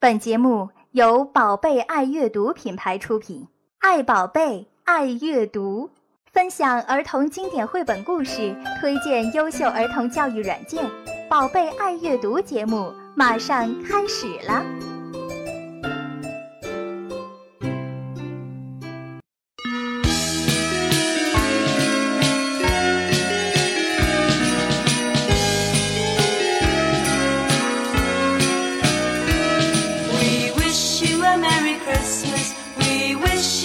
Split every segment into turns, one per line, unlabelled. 本节目由宝贝爱阅读品牌出品，爱宝贝，爱阅读，分享儿童经典绘本故事，推荐优秀儿童教育软件。宝贝爱阅读节目马上开始啦！
We wish you a Merry Christmas. We wish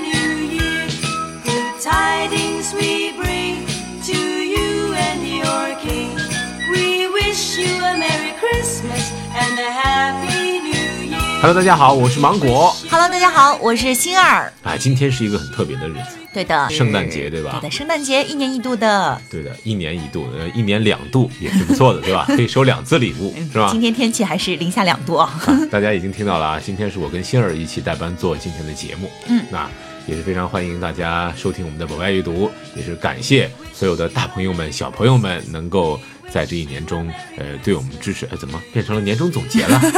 New Year. Good tidings we bring to you and your King. We wish you a Merry Christmas and a Happy New Year.
Hello，大家好，我是芒果。
Hello，大家好，我是星儿。
哎，今天是一个很特别的日子，
对的，
圣诞节对吧
对的，圣诞节一年一度的，
对的，一年一度，呃，一年两度也是不错的，对吧？可以收两次礼物，是吧
嗯今？天天气还是零下两度啊。
大家已经听到了啊，今天是我跟仙儿一起代班做今天的节目，
嗯
那也是非常欢迎大家收听我们的《宝爱阅读》，也是感谢所有的大朋友们、小朋友们能够在这一年中，呃，对我们支持。哎，怎么变成了年终总结 了？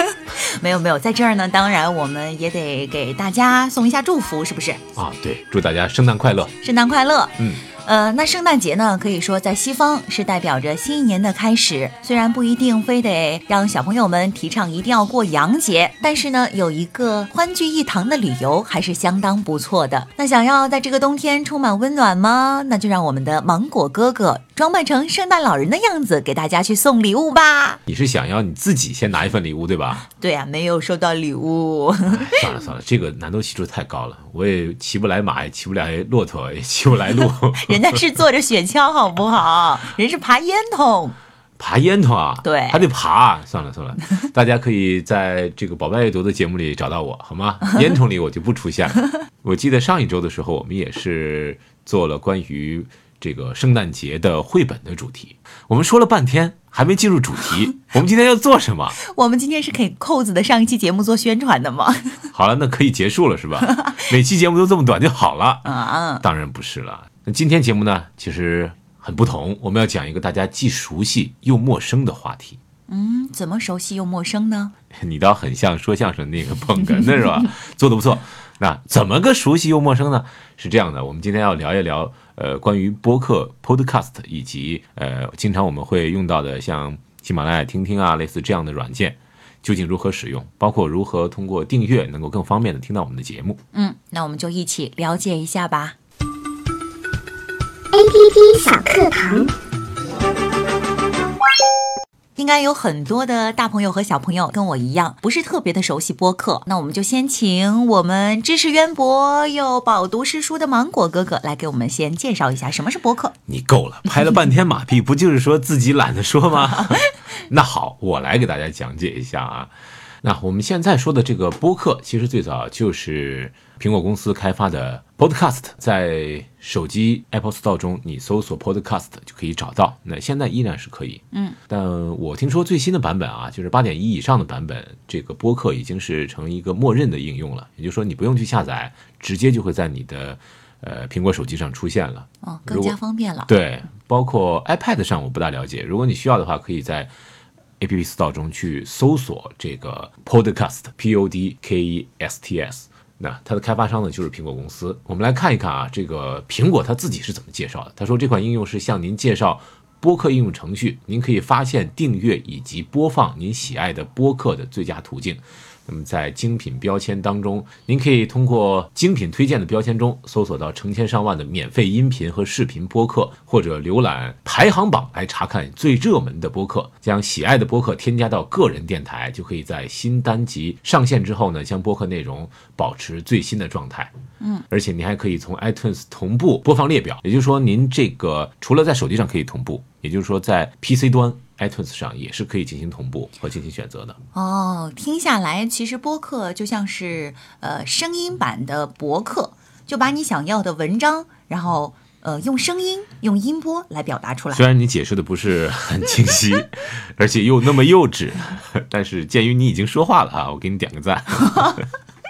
没有没有，在这儿呢，当然我们也得给大家送一下祝福，是不是？
啊，对，祝大家圣诞快乐。
圣诞快乐。
嗯，
呃，那圣诞节呢，可以说在西方是代表着新一年的开始。虽然不一定非得让小朋友们提倡一定要过洋节，但是呢，有一个欢聚一堂的旅游还是相当不错的。那想要在这个冬天充满温暖吗？那就让我们的芒果哥哥装扮成圣诞老人的样子，给大家去送礼物吧。
你是想要你自己先拿一份礼物，对吧？
对啊，没有收到礼物，
哎算了算了，这个难度系数太高了，我也骑不来马，也骑不来骆驼，也骑不来路。
人家是坐着雪橇，好不好？人是爬烟筒。
爬烟囱啊，
对
还得爬。算了算了，大家可以在这个《宝贝阅读》的节目里找到我，好吗？烟囱里我就不出现了。我记得上一周的时候，我们也是做了关于这个圣诞节的绘本的主题，我们说了半天还没进入主题，我们今天要做什么？
我们今天是给扣子的上一期节目做宣传的吗？
好了，那可以结束了是吧？每期节目都这么短就好了。
啊，
当然不是了。那今天节目呢，其实很不同，我们要讲一个大家既熟悉又陌生的话题。
嗯，怎么熟悉又陌生呢？
你倒很像说相声那个捧哏的是吧？做的不错。那怎么个熟悉又陌生呢？是这样的，我们今天要聊一聊，呃，关于播客 （podcast） 以及呃，经常我们会用到的像喜马拉雅听听啊，类似这样的软件，究竟如何使用，包括如何通过订阅能够更方便的听到我们的节目。
嗯，那我们就一起了解一下吧。
APP 小课堂，
应该有很多的大朋友和小朋友跟我一样，不是特别的熟悉播客。那我们就先请我们知识渊博又饱读诗书的芒果哥哥来给我们先介绍一下什么是播客。
你够了，拍了半天马屁，不就是说自己懒得说吗？ 那好，我来给大家讲解一下啊。那我们现在说的这个播客，其实最早就是苹果公司开发的 Podcast，在手机 Apple Store 中，你搜索 Podcast 就可以找到。那现在依然是可以，
嗯，
但我听说最新的版本啊，就是八点一以上的版本，这个播客已经是成一个默认的应用了，也就是说你不用去下载，直接就会在你的呃苹果手机上出现了。
哦，
如
更
果
加方便了。
对，包括 iPad 上我不大了解，如果你需要的话，可以在 App Store 中去搜索这个 Podcast P O D K E S T S。那它的开发商呢，就是苹果公司。我们来看一看啊，这个苹果它自己是怎么介绍的。他说这款应用是向您介绍播客应用程序，您可以发现、订阅以及播放您喜爱的播客的最佳途径。那么在精品标签当中，您可以通过精品推荐的标签中搜索到成千上万的免费音频和视频播客，或者浏览排行榜来查看最热门的播客，将喜爱的播客添加到个人电台，就可以在新单集上线之后呢，将播客内容保持最新的状态。而且您还可以从 iTunes 同步播放列表，也就是说，您这个除了在手机上可以同步，也就是说在 PC 端 iTunes 上也是可以进行同步和进行选择的。
哦，听下来，其实播客就像是呃声音版的博客，就把你想要的文章，然后呃用声音、用音波来表达出来
虽。然你解释的不是很清 晰，而且又那么幼稚，但是鉴于你已经说话了啊，我给你点个赞。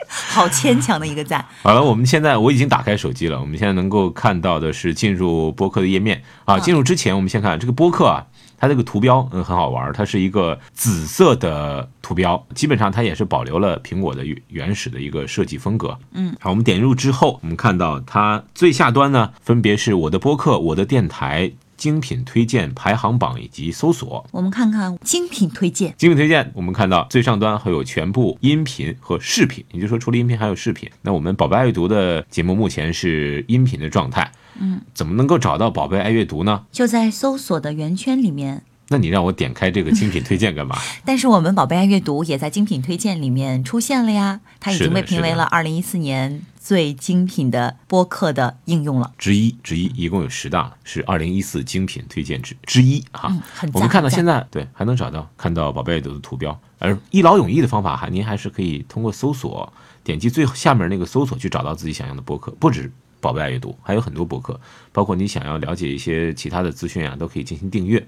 好牵强的一个赞。
好了，我们现在我已经打开手啊机了，我们现在能够看到的是进入播客的页面啊。进入之前，我们先看这个播客啊，它这个图标嗯很好玩儿，它是一个紫色的图标，基本上它也是保留了苹果的原原始的一个设计风格。
嗯，
好，我们点入之后，我们看到它最下端呢，分别是我的播客、我的电台、精品推荐排行榜以及搜索。
我们看看精品推荐，
精品推荐，我们看到最上端会有全部音频和视频，也就是说除了音频还有视频。那我们宝贝爱阅读的节目目前是音频的状态，嗯，怎么能够找到宝贝爱阅读呢？
就在搜索的圆圈里面。
那你让我点开这个精品推荐干嘛？
但是我们宝贝爱阅读也在精品推荐里面出现了呀，它已
是
经
的
被评为
是的
了二零一四年最精品的播客的应用了。
之一之一，一共有十大，是二零一四精品推荐之之一哈。
嗯很赞
啊我们看到
很赞
现在对还能找到看到宝贝爱读的图标，而一劳永逸的方法还您还是可以通过搜索，点击最下面那个搜索去找到自己想要的播客，不止。宝贝爱阅读还有很多播客，包括你想要了解一些其他的资讯啊，都可以进行订阅。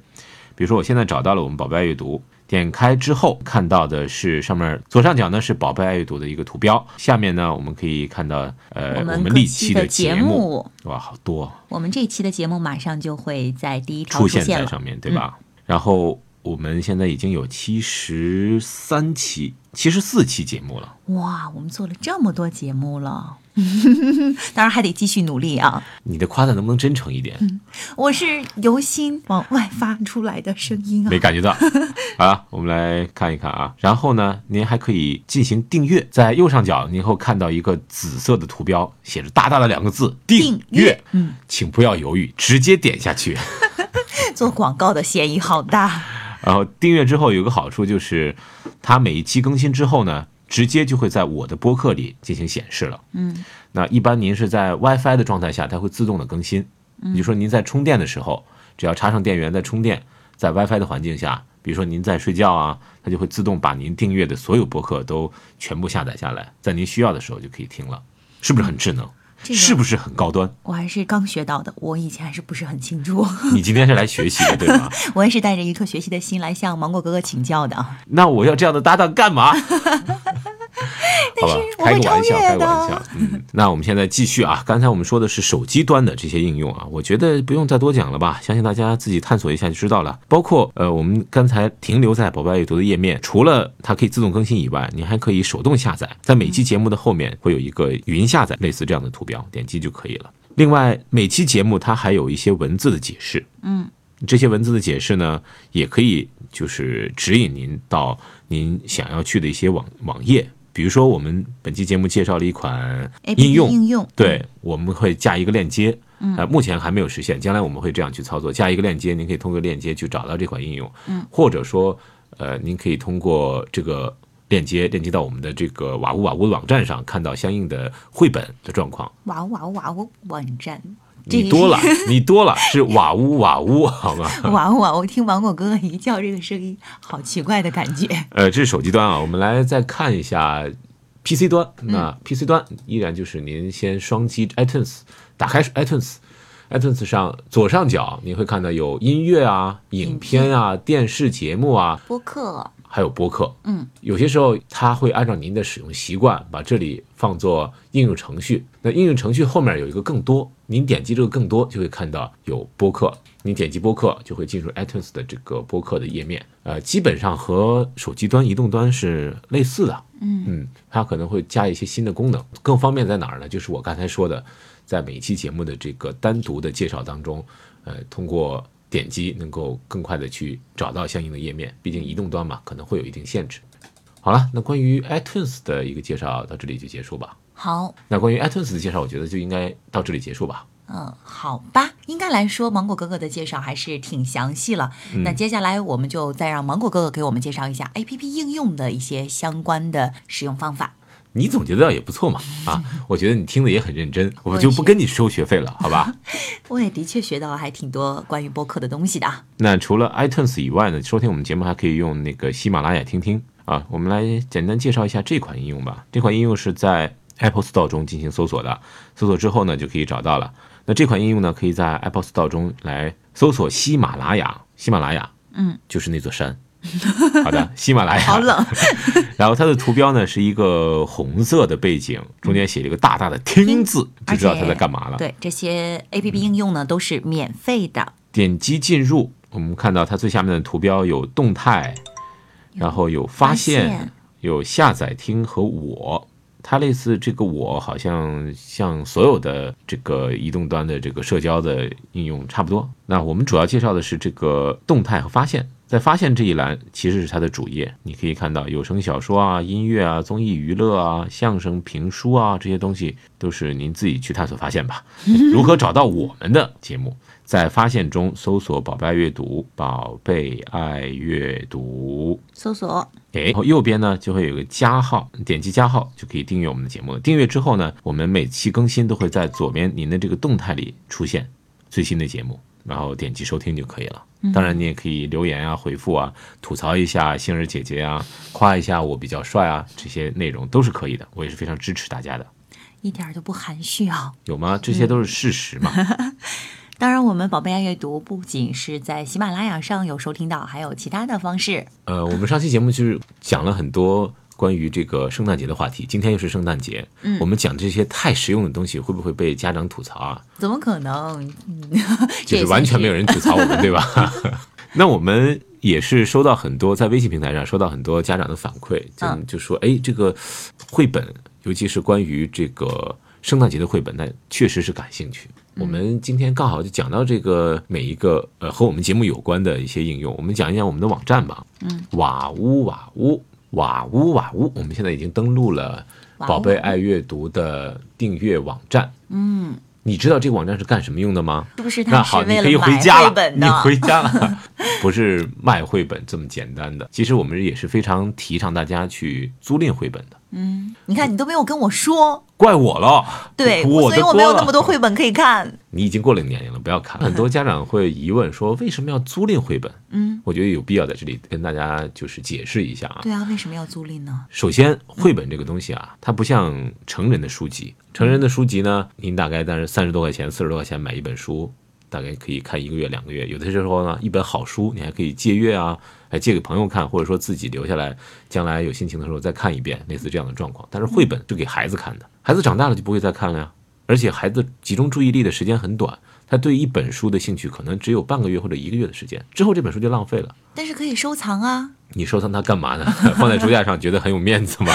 比如说，我现在找到了我们宝贝爱阅读，点开之后看到的是上面左上角呢是宝贝爱阅读的一个图标，下面呢我们可以看到呃
我们
们
各
历
期
期
的
节
节目
哇，好多哦
我们这一期的节目马上就会在第一条
出现
现
在
了，嗯
上面，对吧？然后我们现在已经有七十三期、七十四期节目了。
哇，我们做了这么多节目了， 当然还得继续努力啊！
你的夸赞能不能真诚一点？
嗯我是由心往外发出来的声音啊
没，感觉 到。好了，我们来看一看啊。然后呢，您还可以进行订阅，在右上角您会看到一个紫色的图标，写着大大的两个字“
订阅
阅”。嗯，请不要犹豫，直接点下去。
做广告的嫌疑好大。
然后订阅之后有个好处就是，它每一期更新之后呢，直接就会在我的播客里进行显示了。
嗯，
那一般您是在 WiFi 的状态下，它会自动的更新。也就是说您在充电的时候，只要插上电源再充电，在 WiFi 的环境下，比如说您在睡觉啊，它就会自动把您订阅的所有播客都全部下载下来，在您需要的时候就可以听了，是不是很智能？
这个
是不是很高端？
我还是刚学到的，我以前还是不是很清楚，
你今天是来学习的，对吧？
我也是带着一颗学习的心来向芒果哥哥请教的啊。
那我要这样的搭档干 嘛？好吧，
我
开
会
个玩笑，
超越
开个玩
的
笑。 嗯，那我们现在继续啊。刚才我们说的是手机端的这些应用啊，我觉得不用再多讲了吧，相信大家自己探索一下就知道了。包括呃，我们刚才停留在宝贝阅读的页面，除了它可以自动更新以外，你还可以手动下载，在每期节目的后面会有一个云下载，类似这样的图标，点击就可以了。另外，每期节目它还有一些文字的解释，这些文字的解释呢，也可以就是指引您到您想要去的一些网网页。比如说，我们本期节目介绍了一款
A P
应
P
用，
哎应用，嗯
对，我们会加一个链接。嗯、目前还没有实现，将来我们会这样去操作，加一个链接，您可以通过链接去找到这款应用。嗯，或者说，呃，您可以通过这个链接链接到我们的这个瓦屋瓦屋的网站上，看到相应的绘本的状况。
哇哦哇哦哇哦网站，这
你
个
多
是
了，你多了，是瓦屋瓦屋，好吗？
哇哦哇哦！我听芒果哥哥一叫这个声音，好奇怪的感觉。
呃，这是手机端啊，我们来再看一下 PC 端。那 PC 端依然就是您先双击 iTunes，打开 iTunes。iTunes 上左上角你会看到有音乐啊、影片啊、电视节目啊，
播客，
还有播客。
嗯，
有些时候它会按照您的使用习惯，把这里放作应用程序。那应用程序后面有一个更多，您点击这个更多就会看到有播客。您点击播客就会进入 iTunes 的这个播客的页面。呃，基本上和手机端、移动端是类似的。
嗯
嗯，它可能会加一些新的功能，更方便在哪儿呢？就是我刚才说的，在每一期节目的这个单独的介绍当中，呃，通过点击能够更快的去找到相应的页面，毕竟移动端嘛，可能会有一定限制。好了，那关于 iTunes 的一个介绍到这里就结束吧。
好，
那关于 iTunes 的介绍，我觉得就应该到这里结束吧。
嗯，好吧。应该来说，芒果哥哥的介绍还是挺详细了。
嗯
那接下来我们就再让芒果哥哥给我们介绍一下 A P P 应用的一些相关的使用方法。
你总结的也不错嘛，啊，我觉得你听的也很认真，我
我
就
也
不
是
跟你收学费了，好吧？
我也的确学到了还挺多关于播客的东西的啊。
那除了 iTunes 以外呢，收听我们节目还可以用那个喜马拉雅听听啊。我们来简单介绍一下这款应用吧。这款应用是在 Apple Store 中进行搜索的，搜索之后呢，就可以找到了。那这款应用呢，可以在 Apple Store 中来搜索喜马拉雅，喜马拉雅，
嗯，
就是那座山。好的，喜马拉雅。
好冷，
然后它的图标呢是一个红色的背景，中间写了一个大大的“听”字，就知道它在干嘛了。嗯
对，这些 A P P 应用呢都是免费的。
点击进入，我们看到它最下面的图标有动态，然后有发现，
发现
有下载听和我。它类似这个我，好像像所有的这个移动端的这个社交的应用差不多。那我们主要介绍的是这个动态和发现，在发现这一栏其实是它的主页，你可以看到有声小说啊、音乐啊、综艺娱乐啊、相声评书啊这些东西，都是您自己去探索发现 吧。如何找到我们的节目？在发现中搜索“宝贝爱阅读”，宝贝爱阅读。
搜索
哎，然后右边呢就会有个加号，点击加号就可以订阅我们的节目了。订阅之后呢，我们每期更新都会在左边您的这个动态里出现最新的节目，然后点击收听就可以了。当然，你也可以留言啊、回复啊、吐槽一下星儿姐姐啊、夸一下我比较帅啊，这些内容都是可以的。我也是非常支持大家的，
一点儿都不含蓄啊。
有吗？这些都是事实嘛。
当然，我们宝贝爱阅读不仅是在喜马拉雅上有收听到，还有其他的方式。
呃，我们上期节目就是讲了很多关于这个圣诞节的话题，今天又是圣诞节，嗯，我们讲这些太实用的东西，会不会被家长吐槽啊？
怎么可能？嗯 这
就
也
是
算
完全没有人吐槽我们，对吧？那我们也是收到很多在微信平台上收到很多家长的反馈，就、
嗯
就说，哎，这个绘本，尤其是关于这个圣诞节的绘本，那确实是感兴趣。我们今天刚好就讲到这个每一个呃和我们节目有关的一些应用，我们讲一讲我们的网站吧。嗯，瓦屋瓦屋瓦屋瓦屋，我们现在已经登录了
瓦屋
宝贝爱阅读的订阅网站。嗯，你知道这个网站是干什么用的吗？
是不是？
那
他是
好，你
为
可以
了
回
买
家
绘
了，
本
你
的。
回家了， 不是卖绘本这么简单的。其实我们也是非常提倡大家去租赁绘本的，
你看，你都没有跟我说，
怪我了，
对，
我
所以
的
我没有
锅
那么
了
多绘本可以看。
你已经过了年龄了，不要看。很多家长会疑问说，为什么要租赁绘本？嗯，我觉得有必要在这里跟大家就是解释一下啊。
对啊，为什么要租赁呢？
首先，绘本这个东西啊，它不像成人的书籍。成人的书籍呢，您大概但是三十多块钱、四十多块钱买一本书，大概可以看一个月、两个月。有的时候呢，一本好书你还可以借阅啊，还借给朋友看，或者说自己留下来，将来有心情的时候再看一遍，类似这样的状况。但是绘本就给孩子看的，孩子长大了就不会再看了呀。而且孩子集中注意力的时间很短，他对一本书的兴趣可能只有半个月或者一个月的时间，之后这本书就浪费了。
但是可以收藏啊，
你收藏它干嘛呢？ 放在书架上觉得很有面子吗？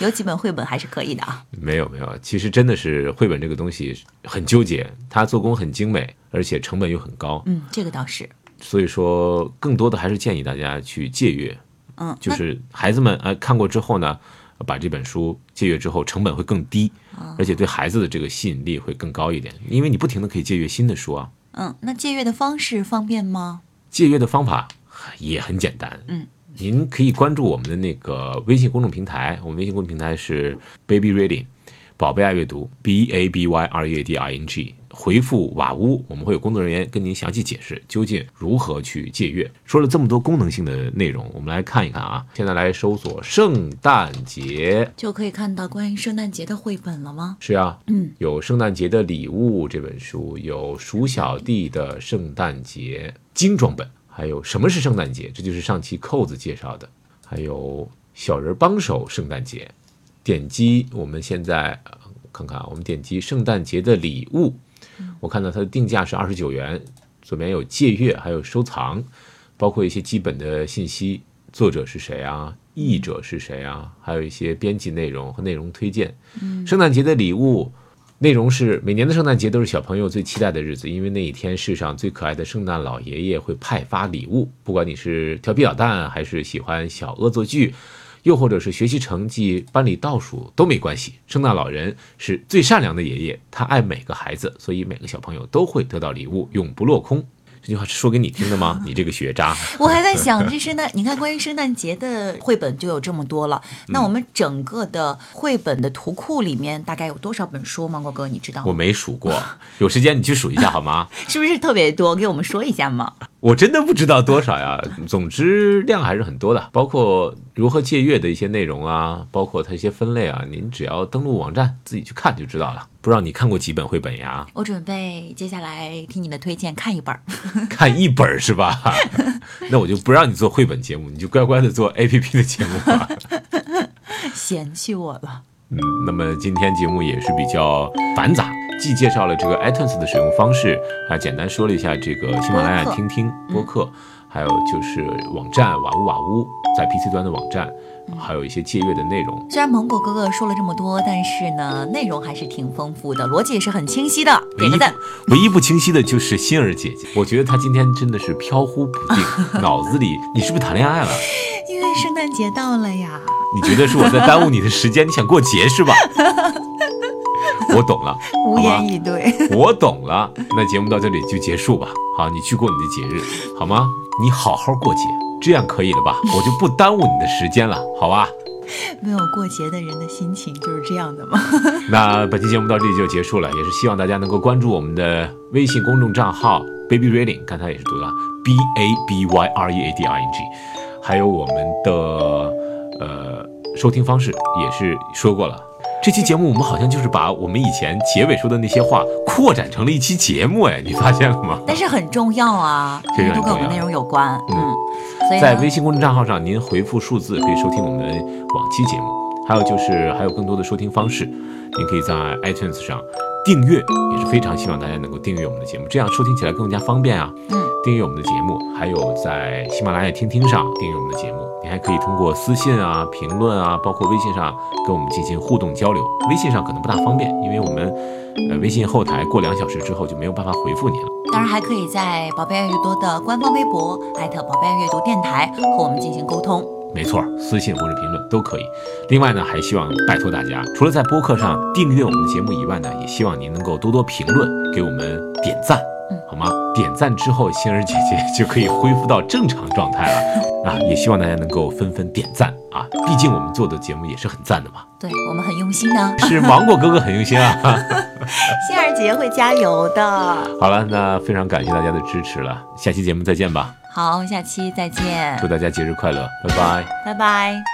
有几本绘本还是可以的啊。
没有没有，其实真的是绘本这个东西很纠结，它做工很精美，而且成本又很高，
嗯，这个倒是。
所以说更多的还是建议大家去借阅，
嗯，
就
那
是孩子们呃看过之后呢，把这本书借阅之后成本会更低，而且对孩子的这个吸引力会更高一点，因为你不停的可以借阅新的书啊。
嗯，那借阅的方式方便吗？
借阅的方法也很简单，
嗯，
您可以关注我们的那个微信公众平台，我们微信公众平台是 Baby Reading，宝贝爱阅读 B A B Y R E A D I N G，回复瓦屋，我们会有工作人员跟您详细解释究竟如何去借阅。说了这么多功能性的内容，我们来看一看啊，现在来搜索圣诞节。
就可以看到关于圣诞节的绘本了吗？
是啊，
嗯，
有《圣诞节的礼物》这本书，有《鼠小弟的圣诞节》精装本，还有《什么是圣诞节》，这就是上期扣子介绍的，还有《小人帮手圣诞节》。点击我们现在呃看看啊，我们点击《圣诞节的礼物》，我看到它的定价是二十九元，左边有借阅，还有收藏，包括一些基本的信息，作者是谁啊，译者是谁啊，还有一些编辑内容和内容推荐。圣诞节的礼物。内容是每年的圣诞节都是小朋友最期待的日子，因为那一天世上最可爱的圣诞老爷爷会派发礼物，不管你是调皮捣蛋，还是喜欢小恶作剧，又或者是学习成绩班里倒数都没关系。圣诞老人是最善良的爷爷，他爱每个孩子，所以每个小朋友都会得到礼物，永不落空。这句话是说给你听的吗？你这个学渣！
我还 在想，这圣诞，你看关于圣诞节的绘本就有这么多了。那
嗯
我们整个的绘本的图库里面大概有多少本书？芒果哥，你知道
我
吗？
没数过，有时间你去数一下好吗？
是不是特别多？给我们说一下嘛。
我真的不知道多少呀。 总之量还是很多的，包括如何借阅的一些内容啊，包括它一些分类啊，您只要登录网站自己去看就知道了。不知道你看过几本绘本呀？
我准备接下来听你的推荐看一本儿。
看一本儿是吧？ 那我就不让你做绘本节目，你就乖乖的做 APP 的节目吧。
嫌弃我了。
嗯，那么今天节目也是比较繁杂，既介绍了这个 iTunes 的使用方式，还简单说了一下这个喜马拉雅
播客
听听播客，还有就是网站瓦屋瓦屋在 PC 端的网站，还有一些借阅的内容。
虽然芒果哥哥说了这么多，但是呢，内容还是挺丰富的，逻辑也是很清晰的，
唯
点个
一
赞。
不唯一不清晰的就是欣儿姐姐，我觉得她今天真的是飘忽不定，脑子里你是不是谈恋爱了？
因为圣诞节到了呀，
你觉得是我在耽误你的时间？你想过节是吧？我懂了，
无
好吧
言，以对。
我懂了。那节目到这里就结束吧。好，你去过你的节日，好吗？你好好过节，这样可以了吧？我就不耽误你的时间了，好吧？
没有过节的人的心情就是这样的吗？
那本期节目到这里就结束了，也是希望大家能够关注我们的微信公众账号 Baby Reading，刚才也是读了 B A B Y R E A D I N G，还有我们的呃收听方式也是说过了。这期节目我们好像就是把我们以前结尾说的那些话扩展成了一期节目，哎，你发现了吗？
但是很重要啊，
这
因
个
为都跟我们
很重要
内容有关。
嗯
嗯，所以
在
呢
微信公众账号上，您回复数字可以收听我们往期节目，还有就是还有更多的收听方式，您可以在 iTunes 上订阅，也是非常希望大家能够订阅我们的节目，这样收听起来更加方便啊。
嗯，
订阅我们的节目，还有在喜马拉雅听听上订阅我们的节目，您还可以通过私信啊、评论啊，包括微信上跟我们进行互动交流。微信上可能不大方便，因为我们呃微信后台过两小时之后就没有办法回复您了。
当然还可以在宝贝爱阅读的官方微博艾特宝贝爱阅读电台和我们进行沟通。
没错，私信或者评论都可以。另外呢，还希望拜托大家，除了在播客上订阅我们的节目以外呢，也希望您能够多多评论，给我们点赞
嗯，
好吗？点赞之后，星儿姐 姐就可以恢复到正常状态了啊！也希望大家能够纷纷点赞啊，毕竟我们做的节目也是很赞的嘛。
对我们很用心呢，
是芒果哥哥很用心啊。
仙儿姐会加油的。
好了，那非常感谢大家的支持了，下期节目再见吧，
好，下期再见，
祝大家节日快乐，拜拜。
拜拜。